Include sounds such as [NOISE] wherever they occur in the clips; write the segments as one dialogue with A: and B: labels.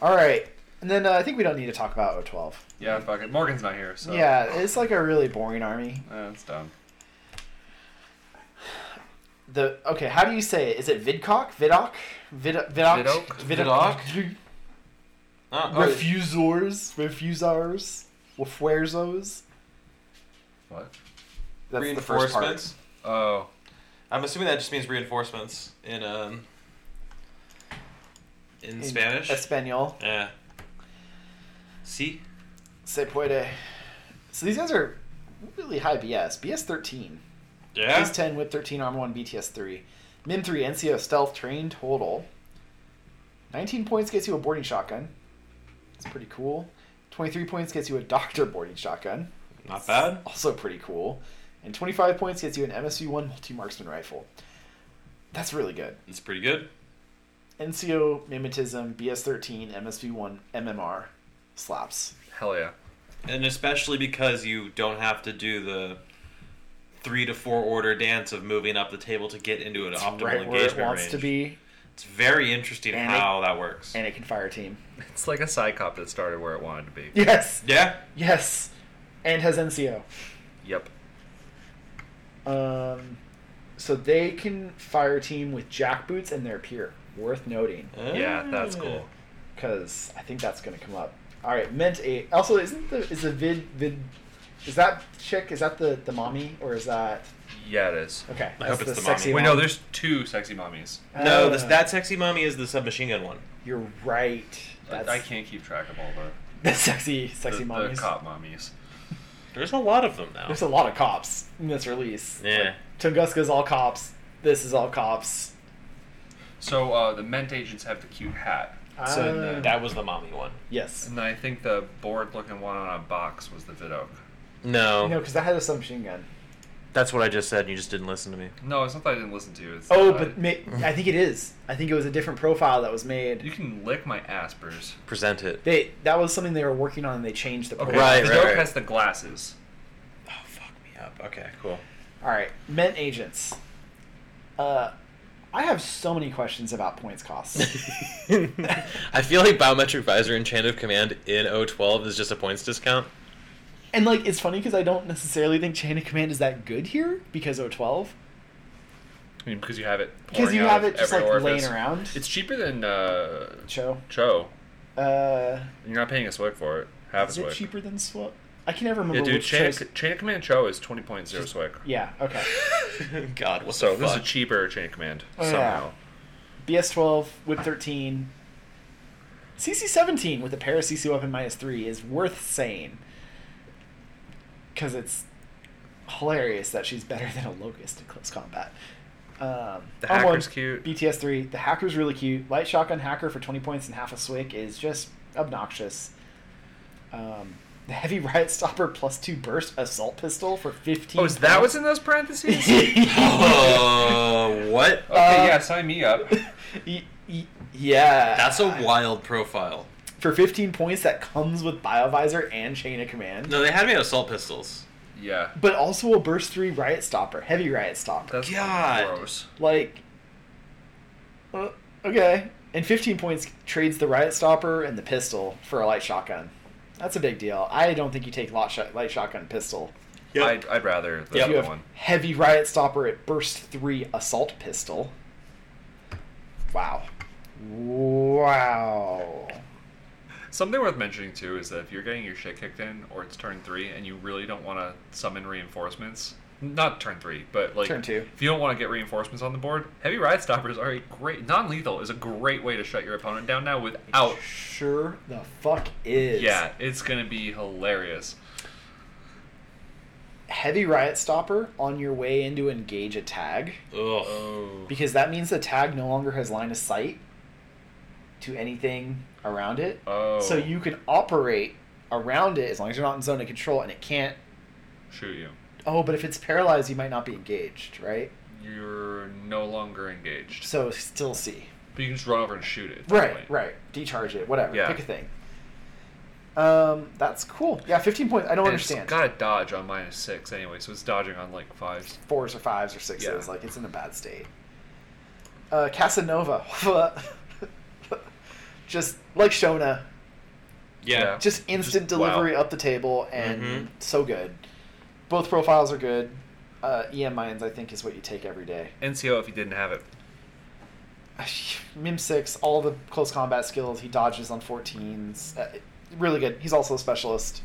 A: All right, and then uh, I think we don't need to talk about O12.
B: Yeah, fuck it. Morgan's not here, so
A: Yeah, it's like a really boring army.
B: Eh, it's dumb.
A: The okay, how do you say it? Is it Vidcock? Vidoc? Vid, Vidoc?
C: Vidoc? [LAUGHS] Ah, oh,
A: Refusors? Refusars? Refuerzos?
B: What?
A: That's the first part.
C: reinforcements.
B: Oh,
C: I'm assuming that just means reinforcements in um in, Spanish.
A: Espanol.
C: yeah. See,
A: Se puede. So these guys are really high BS. BS 13.
C: yeah.
A: Bs 10 with 13 armor 1 BTS 3. Mim 3 NCO stealth train total. 19 points gets you a boarding shotgun. It's pretty cool. 23 points gets you a doctor boarding shotgun.
C: Not bad.
A: Also pretty cool. And 25 points gets you an MSU 1 multi marksman rifle. That's really good.
C: It's pretty good.
A: NCO mimetism BS 13 MSV 1 MMR slaps.
B: hell yeah.
C: And especially because you don't have to do the three to four order dance of moving up the table to get into an optimal
A: right where
C: engagement
A: it wants
C: range.
A: to be,
C: It's very interesting
A: And it-
C: how that works.
A: and it can fire a team. [LAUGHS]
B: It's like a psychop that started where it wanted to be.
A: Yes,
C: yeah.
A: yes, and has NCO.
B: Yep.
A: Um, so they can fire team with jack boots and their peer. Worth noting,
B: Yeah, that's
C: Ah.
B: cool.
A: because I think that's going to come up. All right, mint eight. Also, isn't the is the vid vid is that chick? Is that the the mommy or is that
B: Yeah, it is.
A: okay?
C: I
A: that's
C: hope it's the
A: sexy
C: mommy.
B: Wait, no,
A: mom.
B: there's two sexy mommies.
C: No,
A: Uh,
C: this, that sexy mommy is the submachine gun one.
A: You're right.
B: I-
A: That's
B: I can't keep track of all
A: [LAUGHS]
B: the,
A: the sexy sexy
B: the, the
A: mommies.
B: cop mommies.
C: There's a lot of them now.
A: There's a lot of cops in this release.
C: yeah.
A: Tunguska's all cops. This is all cops.
B: So uh, the Ment agents have the cute hat.
A: Ah.
C: So th- that was the mommy one.
A: Yes.
B: And then I think the bored looking one on a box was the Vidoc. Oh.
C: No,
A: No, because that had a submachine gun.
C: that's what I just said. and You just didn't listen to me.
B: No, it's not that I didn't listen to you. It's
A: Oh,
B: that I-
A: but ma- I think it is. I think it was a different profile that was made.
B: you can lick my aspers.
C: Present it.
A: They that was something they were working on, and they changed the
B: Okay.
A: profile.
C: Right,
B: Vidoc
C: right, right.
B: has the glasses.
C: Oh, fuck me up. Okay, cool.
A: All right, Mint agents. Uh, I have so many questions about points costs.
C: [LAUGHS] [LAUGHS] I feel like biometric visor and chain of command in O12 is just a points discount.
A: and like, it's funny because I don't necessarily think chain of command is that good here because O12
B: I mean, because you have it.
A: because
B: pouring
A: you
B: out
A: have
B: of
A: it just like
B: every
A: laying
B: orifice.
A: around.
B: It's cheaper than uh,
A: Cho.
B: Cho.
A: Uh,
B: You're not paying a swick for it. Half
A: is it
B: a swick.
A: cheaper than Swap? I can never remember
B: Yeah, dude.
A: which
B: Chain,
A: Cho's-
B: of, chain of command Cho is twenty point zero swick.
A: Yeah. Okay.
C: [LAUGHS] God, what
B: So
C: the
B: this is
C: fuck?
B: a cheaper chain of command
A: Oh, yeah.
B: somehow.
A: BS twelve with thirteen. CC seventeen with a pair of CC weapon minus three is worth saying. Cause it's hilarious that she's better than a locust in close combat. Um,
B: The
A: on
B: hacker's cute.
A: BTS three. The hacker's really cute. Light shotgun hacker for twenty points and half a swick is just obnoxious. Um, the heavy riot stopper plus two burst assault pistol for fifteen.
B: Oh, is that
A: points.
B: what's in
A: [LAUGHS]
B: those parentheses? okay, [LAUGHS]
A: Y-
C: Oh, what?
A: Uh,
B: yeah, sign me up.
A: [LAUGHS] y- yeah.
C: That's a wild profile.
A: for 15 points that comes with Biovisor and Chain of Command,
C: No, they had me at assault pistols.
B: Yeah,
A: but also a Burst 3 Riot Stopper, Heavy Riot Stopper.
B: that's
C: God.
B: gross.
A: like, uh, okay. And 15 points trades the Riot Stopper and the pistol for a light shotgun. That's a big deal. I don't think you take lot shot light shotgun pistol.
B: I'd, I'd rather the
A: If
B: other
A: you have
B: one.
A: Heavy Riot Stopper at Burst 3 Assault Pistol. Wow. Wow.
B: Something worth mentioning too is that if you're getting your shit kicked in, or it's turn three, and you really don't want to summon reinforcements, not turn three, but like
A: Turn two.
B: if you don't want to get reinforcements on the board, heavy ride stoppers are a great non-lethal is a great way to shut your opponent down now without.
A: Sure the fuck is.
B: Yeah, it's gonna be hilarious.
A: heavy riot stopper on your way in to engage a tag
C: Ugh.
B: Oh,
A: because that means the tag no longer has line of sight to anything around it.
B: oh,
A: So you can operate around it as long as you're not in zone of control and it can't.
B: shoot you.
A: Oh, but if it's paralyzed, you might not be engaged, right?
B: You're no longer engaged,
A: So still see.
B: but you can just run over and shoot it.
A: Right, right. Decharge it, whatever.
B: Yeah.
A: Pick a thing. Um, that's cool. Yeah, 15 points. I don't
B: I
A: understand.
B: It's got a dodge on minus six anyway, so it's dodging on like fives.
A: fours or fives or sixes.
B: Yeah.
A: Like it's in a bad state. Uh, Casanova. [LAUGHS] just like Shona,
B: Yeah.
A: just instant
B: Just- wow.
A: delivery up the table and
C: Mhm.
A: so good. Both profiles are good. Uh, EM Mines, I think, is what you take every day. [SIGHS]
B: NCO if you didn't have it.
A: Mim six, all the close combat skills. He dodges on 14s. Uh, really good. He's also a specialist.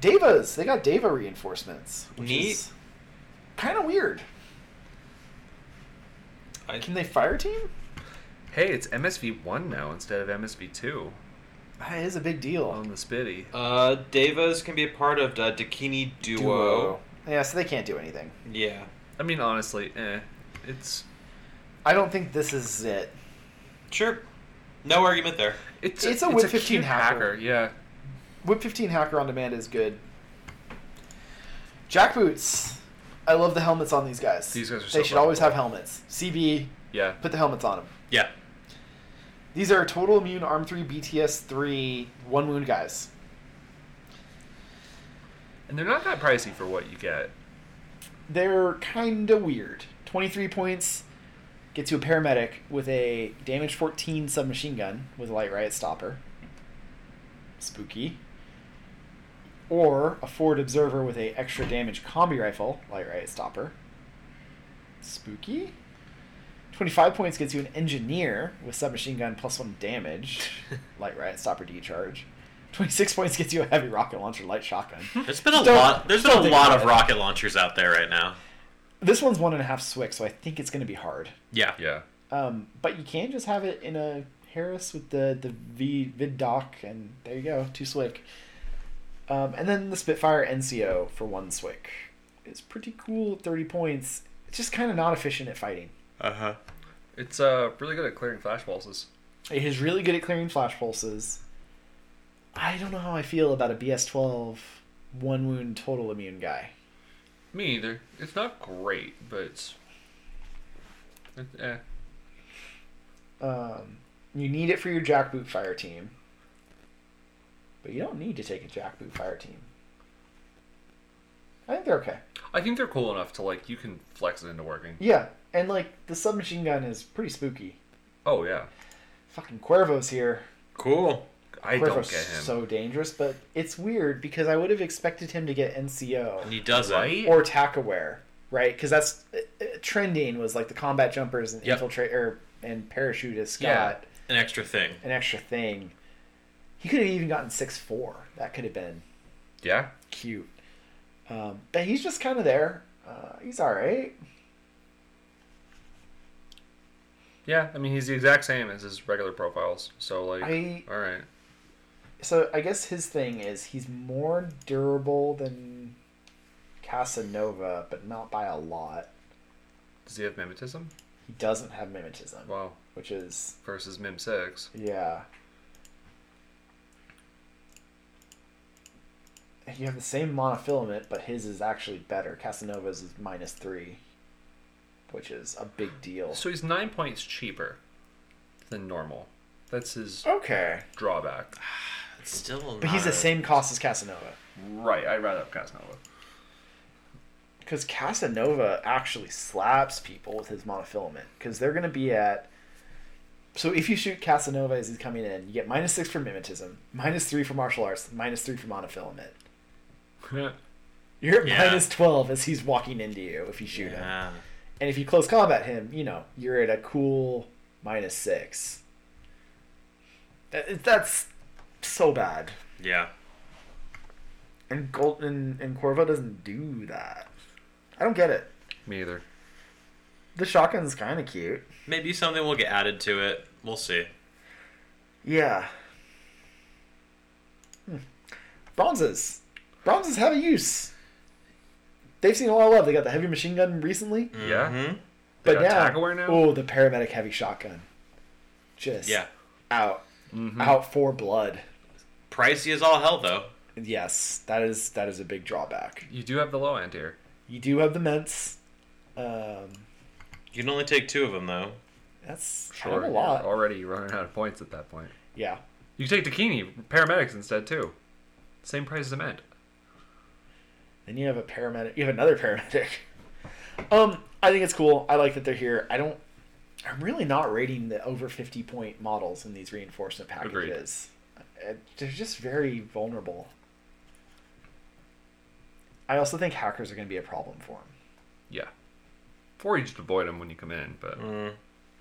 A: Devas, they got Deva reinforcements, which
C: Neat.
A: is kind of weird.
C: I,
A: Can they fire team?
B: Hey, it's MSV one now instead of MSV two
A: That is a big deal.
B: on the Spitty.
C: uh, Devas can be a part of the Dakini duo.
A: Yeah, so they can't do anything.
C: Yeah.
B: I mean, honestly, eh, it's
A: I don't think this is it.
C: Sure. No argument there.
B: it's
A: It's a Win 15
B: cute
A: hacker.
B: Yeah,
A: Whip 15 Hacker on Demand is good. Jack Boots. I love the helmets on these guys.
B: These guys are
A: They
B: so
A: should always
B: fucking
A: have
B: cool.
A: helmets. CB,
B: yeah.
A: put the helmets on them.
C: Yeah.
A: These are total immune arm 3 BTS 3 one wound guys.
B: And they're not that pricey for what you get.
A: They're kind of weird. 23 points gets you a paramedic with a damage 14 submachine gun with a light riot stopper. Spooky. Or a forward observer with a extra damage combi rifle, light riot stopper. Spooky. 25 points gets you an engineer with submachine gun plus one damage, light riot stopper decharge. 26 points gets you a heavy rocket launcher, light shotgun.
C: There's been a
A: Don't-
C: lot. There's been
A: don't
C: a
A: think
C: lot
A: about
C: of
A: it.
C: rocket launchers out there right now.
A: This one's one and a half swick, so I think it's going to be hard.
C: Yeah.
B: Yeah,
A: Um, but you can just have it in a Harris with the the V vid doc, and there you go, two swick. Um, and then the Spitfire NCO for one swick. It's pretty cool, at thirty points. It's just kind of not efficient at fighting.
C: Uh huh.
B: it's uh really good at clearing flash pulses.
A: It is really good at clearing flash pulses. I don't know how I feel about a BS12 one wound total immune guy.
B: Me either. It's not great, but it's, it- eh.
A: Um, you need it for your jackboot fire team, but you don't need to take a jackboot fire team. I think they're okay.
B: I think they're cool enough to like you can flex it into working.
A: Yeah, and like the submachine gun is pretty spooky.
B: Oh yeah,
A: Fucking Cuervo's here.
C: Cool.
B: I
A: Cuervo's
B: don't get him.
A: so dangerous, but it's weird because I would have expected him to get
C: And
A: NCO
C: he does it.
B: Right?
A: or TACAware, right? Because that's uh, uh, trending was like the combat jumpers and
B: Yep.
A: infiltrate or and parachutist
B: Yeah.
A: got
C: An extra thing.
A: an extra thing. He could have even gotten six four. That could have been
B: yeah,
A: cute. Um, but he's just kind of there. Uh, he's all right.
B: yeah. I mean, he's the exact same as his regular profiles. So like,
A: I-
B: all right.
A: So I guess his thing is he's more durable than Casanova, but not by a lot.
B: Does he have mimetism?
A: He doesn't have mimetism,
B: Wow.
A: which is
B: Versus Mim six.
A: yeah. You have the same monofilament, but his is actually better. Casanova's is minus three, which is a big deal.
B: So he's nine points cheaper than normal. That's his
A: Okay,
B: drawback.
C: It's still.
A: but he's the same cost as Casanova.
B: Right, I'd rather have Casanova.
A: Because Casanova actually slaps people with his monofilament. Because they're going to be at. So if you shoot Casanova as he's coming in, you get minus six for mimetism, minus three for martial arts, minus three for monofilament. You're at
C: Yeah.
A: minus 12 as he's walking into you if you shoot him.
C: Yeah.
A: And if you close combat him, you know, you're at a cool minus six. That- That's so bad.
C: Yeah.
A: And, Gold, and, and Corvo doesn't do that. I don't get it.
B: [LAUGHS] Me either.
A: The shotgun's kind of cute.
C: Maybe something will get added to it. We'll see.
A: Yeah. Hmm. Bronzes. Bronzes have a use. They've seen a lot of love. They got the heavy machine gun recently,
B: Yeah?
A: Mm-hmm.
C: Mhm.
B: They
A: but
B: got
A: now,
B: Tagaware now?
A: oh, the paramedic heavy shotgun, just
C: Yeah.
A: out, out for blood.
C: Pricey as all hell though.
A: Yes, that is that is a big drawback.
B: You do have the low end here.
A: You do have the mints. Um,
C: You can only take two of them though.
A: that's
B: Sure.
A: kind of a
B: you're
A: lot.
B: Already running out of points at that point.
A: Yeah.
B: You can take Dakini, paramedics instead too. Same price as a med.
A: Then you have a [LAUGHS] paramedic. You have another paramedic. Um, I think it's cool. I like that they're here. I don't. I'm really not rating the over 50 point models in these reinforcement
B: Agreed.
A: packages. Uh, They're just very vulnerable. I also think hackers are going to be a problem for them.
B: Yeah. Or you just avoid them when you come in, but
C: Mm.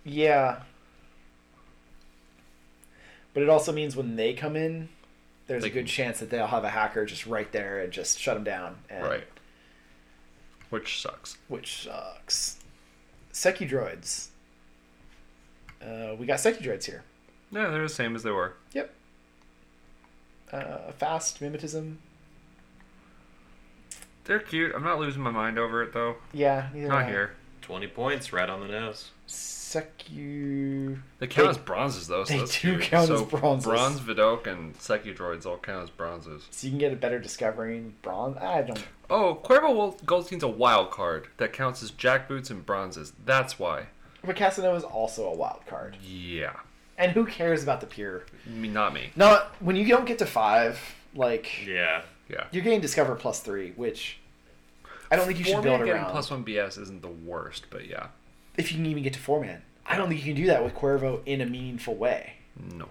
A: Yeah. But it also means when they come in, there's
B: They
A: a good
B: can-
A: chance that they'll have a hacker just right there and just shut them down. And,
B: right. Which sucks.
A: Which sucks. Secudroids. Uh, we got Secudroids here.
B: Yeah, they're the same as they were.
A: Yep. Uh, fast mimetism.
B: They're cute. I'm not losing my mind over it though.
A: Yeah, neither am
B: Not
A: I.
B: here.
C: 20 points right on the nose.
A: Secu.
B: They count
A: They-
B: as bronzes though. So
A: they
B: that's
A: do
B: weird.
A: count as
B: So
A: bronzes.
B: Bronze Vidok and Secudroids all count as bronzes.
A: So you can get a better discovering bronze. I don't.
B: Oh, Cuervo Wol- Goldstein's a wild card that counts as jackboots and bronzes. That's why.
A: But Casanova is also a wild card.
B: Yeah.
A: And who cares about the pure?
B: Me, not me.
A: No, when you don't get to five, like
C: Yeah.
B: Yeah.
A: you're getting discover plus three, which I don't think you should
B: Four
A: build
B: man getting
A: around.
B: plus one BS isn't the worst, but yeah.
A: if you can even get to four man, I don't think you can do that with Cuervo in a meaningful way.
B: No.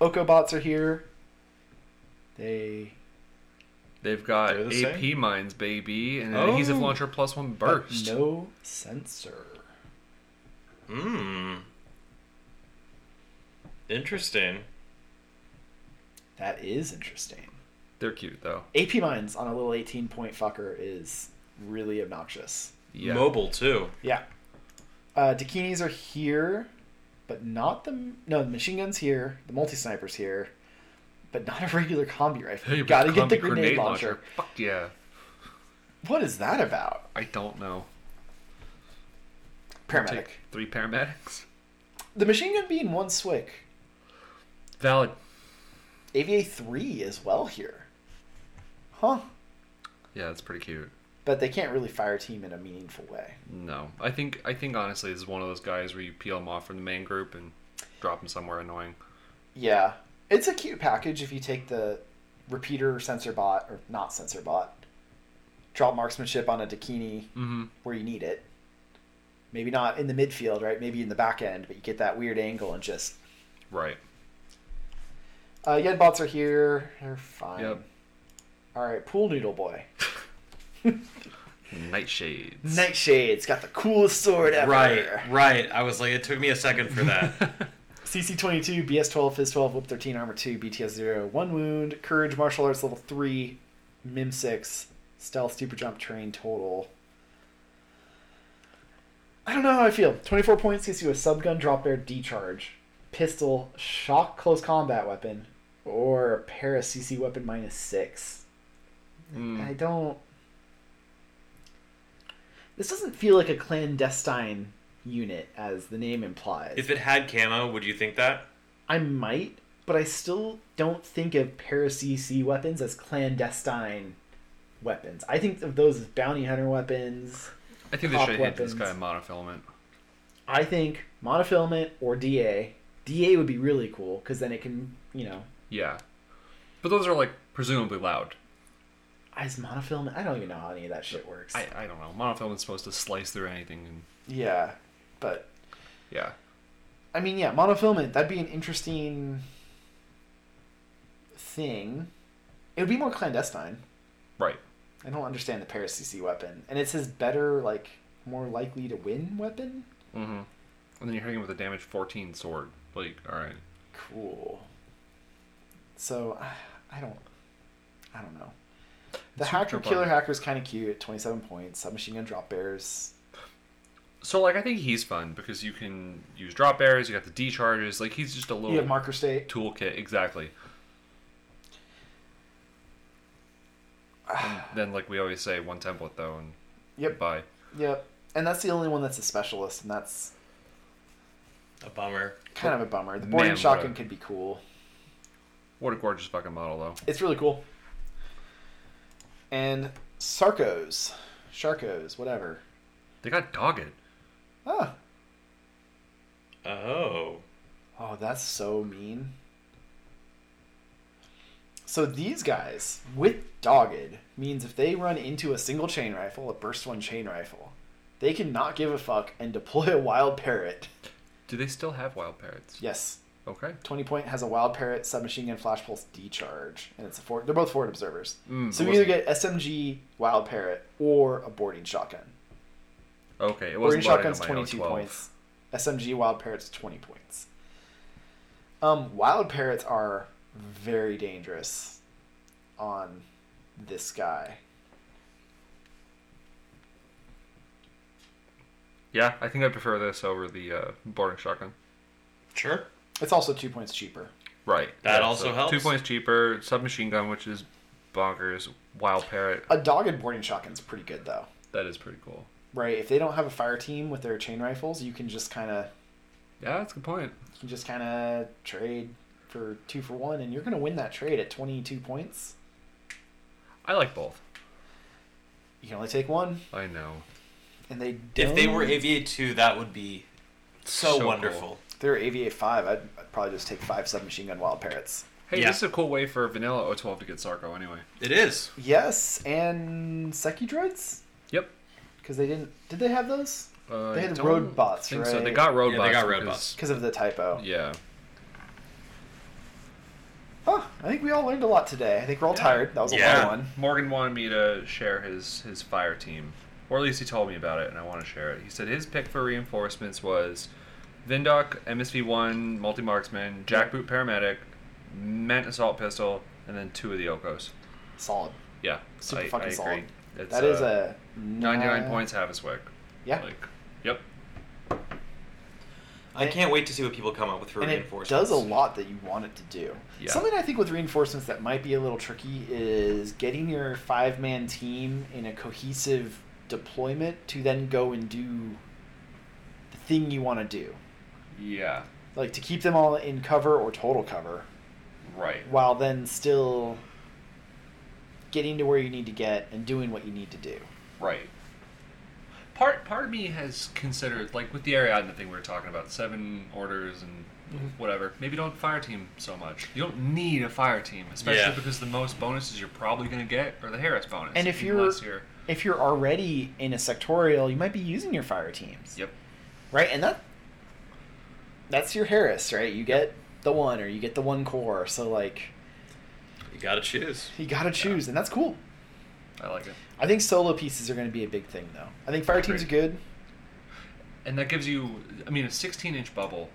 A: Okobots are here. They
B: They've got
C: They're the
B: AP mines, baby, and an
C: Oh.
B: adhesive launcher plus one burst.
A: no sensor.
C: Mmm. Interesting.
A: That is interesting.
B: They're cute though.
A: AP mines on a little 18 point fucker is really obnoxious.
B: Yeah.
C: Mobile too.
A: Yeah. Uh, Dakinis are here, but not the no the machine guns here. The multi snipers here, but not a regular combi rifle.
B: Hey,
A: you
B: but
A: gotta get the
B: combi
A: grenade, launcher.
B: Fuck yeah.
A: What is that about?
B: I don't know.
A: Paramedic.
B: Take three paramedics.
A: The machine gun being one swick.
B: Valid.
A: AVA three as well here. Huh.
B: Yeah, that's pretty cute.
A: But they can't really fire team in a meaningful way.
B: No, I think I think honestly, this is one of those guys where you peel them off from the main group and drop them somewhere annoying.
A: Yeah. It's a cute package if you take the repeater sensor bot, or not sensor bot, drop marksmanship on a Dakini
B: Mm-hmm.
A: where you need it. Maybe not in the midfield, right? Maybe in the back end, but you get that weird angle and just.
B: Right.
A: Uh, Yedbots are here. They're fine.
B: Yep.
A: All right, Pool Noodle Boy.
B: Nightshades.
A: Nightshade's got the coolest sword ever.
C: Right, right. I was like, it took me a second for
B: [LAUGHS]
C: that. [LAUGHS]
A: CC22, BS12, Fizz12, Whip13, Armor 2, BTS0, 1 wound, Courage, Martial Arts level 3, Mim 6, Stealth, Super Jump, Terrain, Total. I don't know how I feel. 24 points gets you a subgun, drop bear, decharge, pistol, shock, close combat weapon, or a para CC weapon minus 6.
B: Mm.
A: I don't. This doesn't feel like a clandestine unit, as the name implies.
C: if it had camo, would you think that?
A: I might, but I still don't think of paracc weapons as clandestine weapons. I think of those as bounty hunter weapons.
B: I think they
A: Pop
B: should hit this guy
A: weapons.
B: in monofilament.
A: I think monofilament or DA. DA would be really cool because then it can, you know,
B: Yeah. But those are like presumably loud.
A: as monofilament. I don't even know how any of that shit works.
B: I, I don't know. Monofilament's supposed to slice through anything. And,
A: yeah, but
B: yeah.
A: I mean, yeah, monofilament. That'd be an interesting thing. It would be more clandestine.
B: Right.
A: I don't understand the Paris CC weapon. And it says better, like, more likely to win weapon?
B: Mm-hmm. And then you're hitting him with a damage 14 sword. Like, all right.
A: Cool. So, I- I don't. I don't know. The
B: Super
A: hacker
B: Turbo.
A: killer hacker is kind of cute at 27 points. Submachine gun drop bears.
B: So like I think he's fun because you can use drop bears, you got the D charges, like he's just a little
A: You have marker state.
B: toolkit exactly. and then like we always say, one template though, and
A: Yep.
B: goodbye.
A: Yep. And that's the only one that's a specialist, and that's
C: A bummer.
A: kind of a bummer. The boarding
B: Man, what
A: shotgun
B: a-
A: could be cool.
B: What a gorgeous fucking model though.
A: It's really cool. And Sarkos. Sharkos, whatever.
B: They got dogged.
A: Ah.
C: Oh.
A: Oh, that's so mean. So these guys with dogged means if they run into a single chain rifle, a burst one chain rifle, They can not give a fuck and deploy a wild parrot.
B: Do they still have wild parrots?
A: Yes.
B: Okay.
A: Twenty point has a wild parrot, submachine gun, flash pulse, D charge, and it's a four. They're both forward observers,
B: Mm,
A: so
B: it
A: you either
B: wasn't-
A: get SMG, wild parrot, or a boarding shotgun.
B: Okay. It
A: Boarding
B: wasn't loading on
A: shotgun's
B: my
A: twenty two
B: O12.
A: points. SMG wild parrots twenty points. Um, wild parrots are very dangerous on this guy.
B: Yeah, I think I prefer this over the uh, boarding shotgun.
C: Sure.
A: It's also two points cheaper.
B: Right.
C: That also helps.
B: Two points cheaper. Submachine gun, which is bonkers. Wild parrot.
A: A dogged boarding shotgun's pretty good though,
B: That is pretty cool.
A: right? If they don't have a fire team with their chain rifles, you can just kind of
B: Yeah, that's a good point.
A: you can just kind of trade for two for one, and you're gonna win that trade at twenty two points.
B: I like both.
A: You can only take one,
B: I know.
A: and they
C: If they were
A: don't-
C: AVA two, that would be so,
B: cool.
C: wonderful.
A: if they were AVA five, I'd, I'd probably just take five submachine gun wild parrots.
B: Hey,
C: Yeah.
B: this is a cool way for vanilla O12 to get Sarko anyway.
C: It is.
A: Yes, and Seki droids
B: Yep.
A: because they didn't. Did they have those?
B: Uh,
A: They had
B: I don't
A: road bots,
B: think So they
A: right?
B: got road
C: Yeah,
B: bots.
C: they got road
B: because-
A: Because of the typo.
B: Yeah.
A: Huh. I think we all learned a lot today. I think we're all
B: Yeah.
A: tired. That was a
C: Yeah.
A: long one.
B: Morgan wanted me to share his his fire team, or at least he told me about it, and I want to share it. He said his pick for reinforcements was Vindoc MSV one multi marksman, jackboot paramedic, meant assault pistol, and then two of the Okos.
A: Solid.
B: Yeah,
A: Super
B: I,
A: fucking
B: I
A: solid.
B: agree. It's,
A: that is
B: uh,
A: a
B: ninety nine
A: ni-
B: points Havaswick.
A: Yeah.
B: Like, yep.
C: I can't wait to see what people come up with for
A: and it
C: reinforcements.
A: does a lot that you want it to do.
B: Yeah.
A: Something I think with reinforcements that might be a little tricky is getting your five man team in a cohesive deployment to then go and do the thing you want to do.
B: Yeah.
A: Like to keep them all in cover or total cover
B: Right.
A: while then still getting to where you need to get and doing what you need to do.
B: Right. Part part of me has considered like with the Ariadne thing we were talking about, seven orders and
A: Mm-hmm.
B: whatever. Maybe don't fire team so much. You don't need a fire team, especially
C: Yeah.
B: because the most bonuses you're probably gonna get are the Harris bonus.
A: And if you're-
B: unless you're
A: If you're already in a sectorial, you might be using your fire teams.
B: Yep.
A: right? And that that's your Harris, right? You get the one or you get the one core. So like
C: You gotta choose.
A: you got to choose, and that's cool.
B: I like it.
A: I think solo pieces are going to be a big thing, though. I think fire teams are good.
B: And that gives you I mean a sixteen inch bubble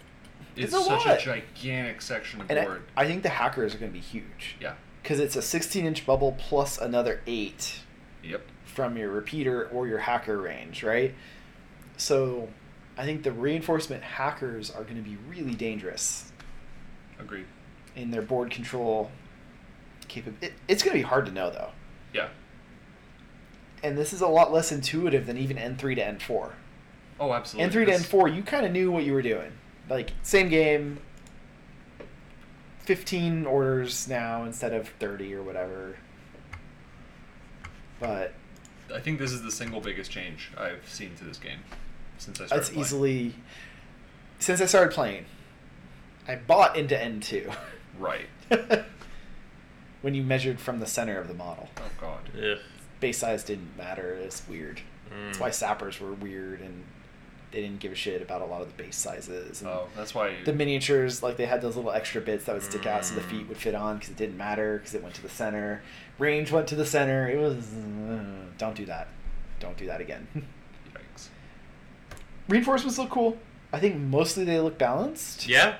B: is
A: It's a
B: such
A: lot.
B: a gigantic section of
A: And I,
B: board.
A: I think the hackers are going to be huge
B: yeah.
A: because it's a 16 inch bubble plus another eight
B: Yep.
A: from your repeater or your hacker range, right? So I think the reinforcement hackers are going to be really dangerous
B: Agreed.
A: in their board control capability. It, it's going to be hard to know, though.
B: Yeah.
A: and this is a lot less intuitive than even N3 to N4.
B: Oh absolutely.
A: N3 to
B: This-
A: N4, you kind of knew what you were doing. Like, same game, 15 orders now instead of 30 or whatever. But
B: I think this is the single biggest change I've seen to this game since I started.
A: that's
B: playing.
A: easily. Since I started playing, I bought into N2
B: right.
A: [LAUGHS] when you measured from the center of the model.
B: Oh god.
C: Ugh.
A: Base size didn't matter, it's weird. That's
B: Mm.
A: why sappers were weird and they didn't give a shit about a lot of the base sizes. And
B: Oh, that's why.
A: The miniatures, like they had those little extra bits that would stick out so the
C: Mm.
A: feet would fit on because it didn't matter because it went to the center. Range went to the center. It was. uh, Don't do that. Don't do that again. [LAUGHS]
B: Yikes.
A: Reinforcements look cool. I think mostly they look balanced.
C: Yeah.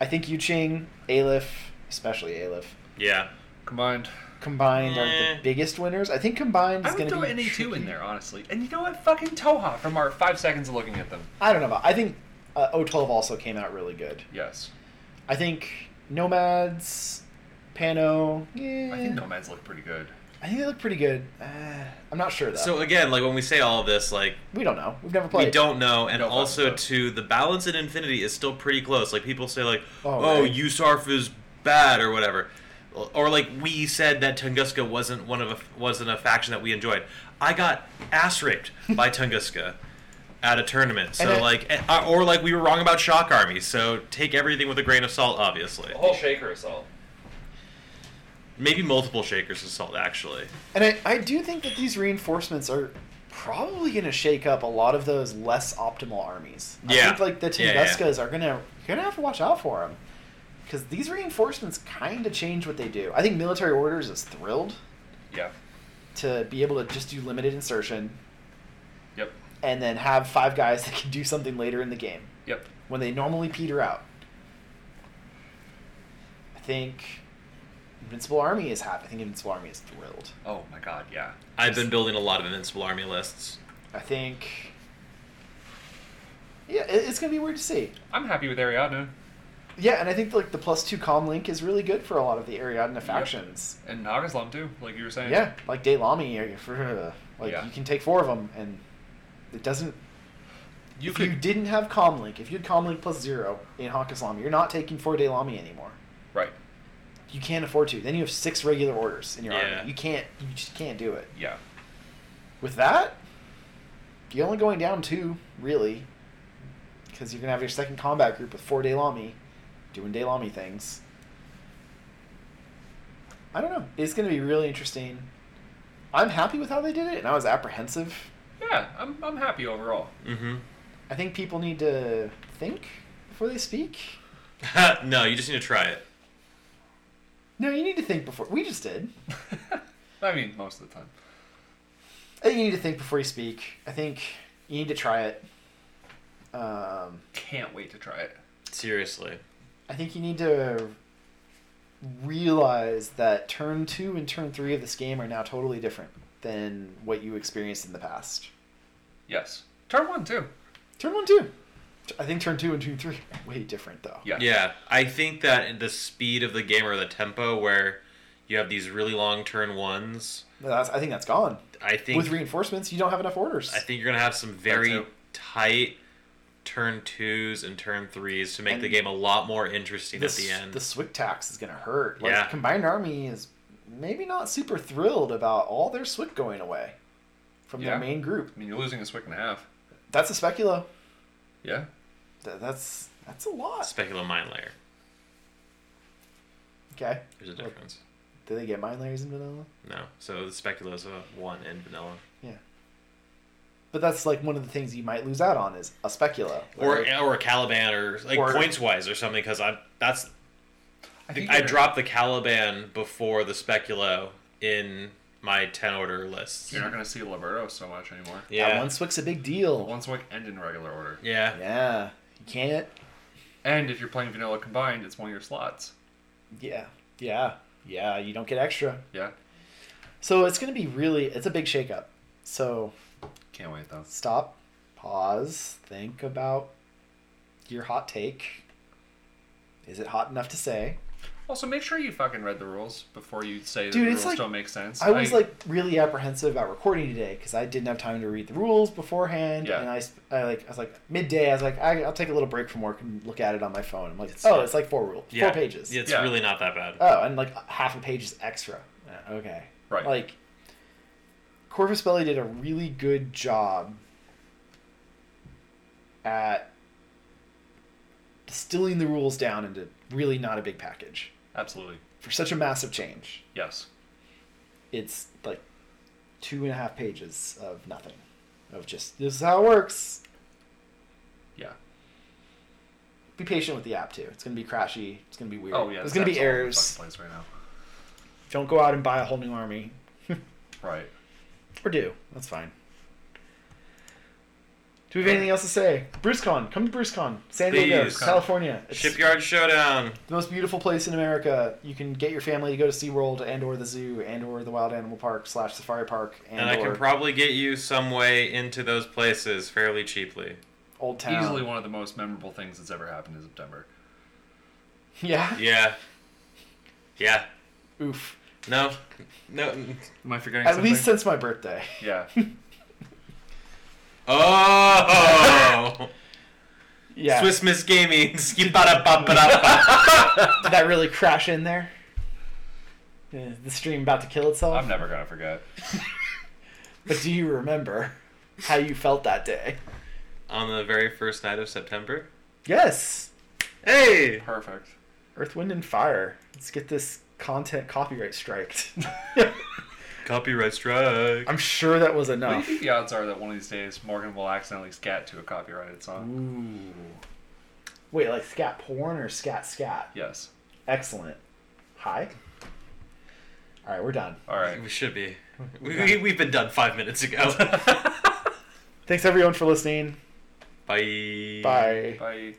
A: I think Yuching, Aleph, especially Aleph,
C: Yeah.
B: Combined.
A: combined are
C: Eh.
A: the biggest winners. I think combined is
B: I would
A: going to
B: throw
A: be.
B: NA2 in
A: tricky.
B: there, honestly. And you know what? Fucking Toha from our five seconds of looking at them.
A: I don't know about. I think uh, O12 also came out really good.
B: Yes.
A: I think Nomads, Pano.
B: I think
A: eh.
B: Nomads look pretty good.
A: I think they look pretty good. Uh, I'm not sure though.
C: So again, like when we say all of this, like
A: we don't know. We've never played.
C: we don't know, and
B: No fucking
C: also
B: clue.
C: to the balance in Infinity is still pretty close. Like people say, like,
A: Oh,
C: oh,
A: right.
C: USARF is bad or whatever, or like we said that Tunguska wasn't one of a, wasn't a faction that we enjoyed. I got ass raped by Tunguska at a tournament, so
A: And I-
C: like, and- uh, or like we were wrong about Shock Army. So take everything with a grain of salt, obviously.
B: whole shaker assault.
C: Maybe multiple shakers of salt, actually.
A: And I, I do think that these reinforcements are probably going to shake up a lot of those less optimal armies. I
C: Yeah.
A: think like the
C: Yeah, yeah, yeah.
A: Tunguska's are going to you're going to have to watch out for them because these reinforcements kind of change what they do. I think military orders is thrilled
B: Yeah.
A: to be able to just do limited insertion
B: Yep.
A: and then have five guys [LAUGHS] that can do something later in the game
B: Yep.
A: when they normally peter out. I think Invincible Army is happy. I think Invincible Army is thrilled.
B: Oh my god, yeah.
C: I've been building a lot of invincible army lists.
A: I think. Yeah, it- it's gonna be weird to see.
B: I'm happy with Ariadna.
A: Yeah, and I think like the plus two comm link is really good for a lot of the Ariadne factions.
B: And Nagaslam too, like you were saying.
A: Yeah, like Daylami, or- for like
B: Yeah.
A: you can take four of them, and it doesn't.
B: You
A: if
B: could
A: you didn't have comm link, if you had comm link plus zero in Hawk Islam, you're not taking four Daylami anymore.
B: Right.
A: You can't afford to. Then you have six regular orders in your
C: Yeah.
A: army. You can't. You just can't do it.
B: Yeah.
A: With that, you're only going down two, really, because you're gonna have your second combat group with four Daylami doing Daylami things. I don't know. It's gonna be really interesting. I'm happy with how they did it, and I was apprehensive.
B: Yeah, I'm I'm happy overall.
C: Mm-hmm. [LAUGHS]
A: I think people need to think before they speak.
C: no, you just need to try it.
A: No, you need to think before. We just did.
B: [LAUGHS] I mean, most of the time.
A: I think you need to think before you speak. I think you need to try it. Um,
B: Can't wait to try it.
C: Seriously.
A: I think you need to realize that turn two and turn three of this game are now totally different than what you experienced in the past.
B: Yes. Turn one too.
A: Turn one, two. I think turn two and turn three are way different though.
B: Yeah.
C: Yeah, I think that in the speed of the game or the tempo where you have these really long turn ones,
A: But That's, I think that's gone.
C: I think
A: With reinforcements, you don't have enough orders.
C: I think you're gonna have some very
B: too.
C: tight turn twos and turn threes to make the
A: And
C: game a lot more interesting
A: this,
C: at the end.
A: the Swick tax is going to hurt. Like,
C: Yeah.
A: Combined Army is maybe not super thrilled about all their Swick going away from
B: Yeah.
A: their main group.
B: I mean, you're losing a swick and a half.
A: That's a speculo.
B: Yeah.
A: Th- that's that's a lot.
C: Speculum mind layer.
A: Okay.
C: There's a difference.
A: Did they get mine layers in vanilla?
C: No, so the speculum is a one in vanilla,
A: Yeah. But that's like one of the things you might lose out on is a specula.
C: or
A: right?
C: or a Caliban, or like
A: Or-
C: points wise or something. Because I that's
B: I think
C: I
B: you're-
C: dropped the Caliban before the speculo in my ten order lists.
B: You're not gonna see Liberto so much anymore.
A: that
C: Yeah.
A: one swick's a big deal.
B: One swick and in regular order.
C: yeah.
A: Yeah, you can't.
B: And if you're playing vanilla combined, it's one of your slots.
A: Yeah, yeah, yeah. You don't get extra,
B: Yeah.
A: so it's gonna be really. It's a big shakeup. So
B: Can't wait though.
A: stop, pause, think about your hot take. Is it hot enough to say?
B: Also, make sure you fucking read the rules before you say that
A: Dude,
B: the
A: it's
B: rules
A: like-
B: don't make sense.
A: I was like really apprehensive about recording today because I didn't have time to read the rules beforehand,
B: Yeah.
A: and I, sp- I like I was like midday. I was like I, I'll take a little break from work and look at it on my phone. I'm like,
C: It's
A: oh,
C: not-
A: it's like four rule,
C: Yeah.
A: four pages.
C: It's
B: Yeah.
C: really not that bad.
A: Oh, and like half a page is extra. Uh, Okay,
B: Right.
A: Like Corvus Belli did a really good job at distilling the rules down into really not a big package
B: absolutely.
A: for such a massive change
B: Yes.
A: it's like two and a half pages of nothing of just this is how it works
B: Yeah.
A: be patient with the app too it's going to be crashy it's going to be weird
B: Oh yeah.
A: there's going to
B: that's
A: be
B: all over the
A: errors
B: fucking Place right now.
A: don't go out and buy a whole new army [LAUGHS]
B: Right.
A: or do that's fine do we have anything else to say BruceCon come to BruceCon San Diego
C: Please come.
A: California it's
C: Shipyard Showdown.
A: the most beautiful place in America you can get your family to go to SeaWorld and or the zoo and or the wild animal park slash safari park and,
C: And I
A: or
C: can probably get you some way into those places fairly cheaply.
A: Old Town
B: Easily one of the most memorable things that's ever happened in September.
A: [LAUGHS] yeah
C: Yeah. Yeah.
A: oof
C: No. No. [LAUGHS]
B: Am I forgetting
A: at least since my birthday
B: Yeah.
A: [LAUGHS]
C: Oh!
A: [LAUGHS] yeah
B: [LAUGHS]
C: Swiss Miss Gaming. [LAUGHS]
A: [LAUGHS]
C: Skibidi-bop-bidi-bop.
A: Did that really crash in there? Is the stream about to kill itself?
B: I'm never gonna forget.
A: But do you remember how you felt that day?
C: On the very first night of September.
A: Yes.
C: Hey!
B: Perfect. [LAUGHS]
A: Earth, wind, and fire. Let's get this content copyright striked.
C: Copyright
A: [LAUGHS]
C: strike.
A: I'm sure that was
B: What do you
A: enough.
B: think the odds are that one of these days Morgan will accidentally scat to a copyrighted
A: Mm.
B: song?
A: Ooh. Wait, like scat porn or scat scat?
B: Yes.
A: Excellent. Hi. All right, we're done.
B: All right.
C: We should be. We, we, we've been done five minutes
A: [LAUGHS]
C: ago.
A: Thanks everyone for listening.
C: Bye.
A: Bye.
B: Bye.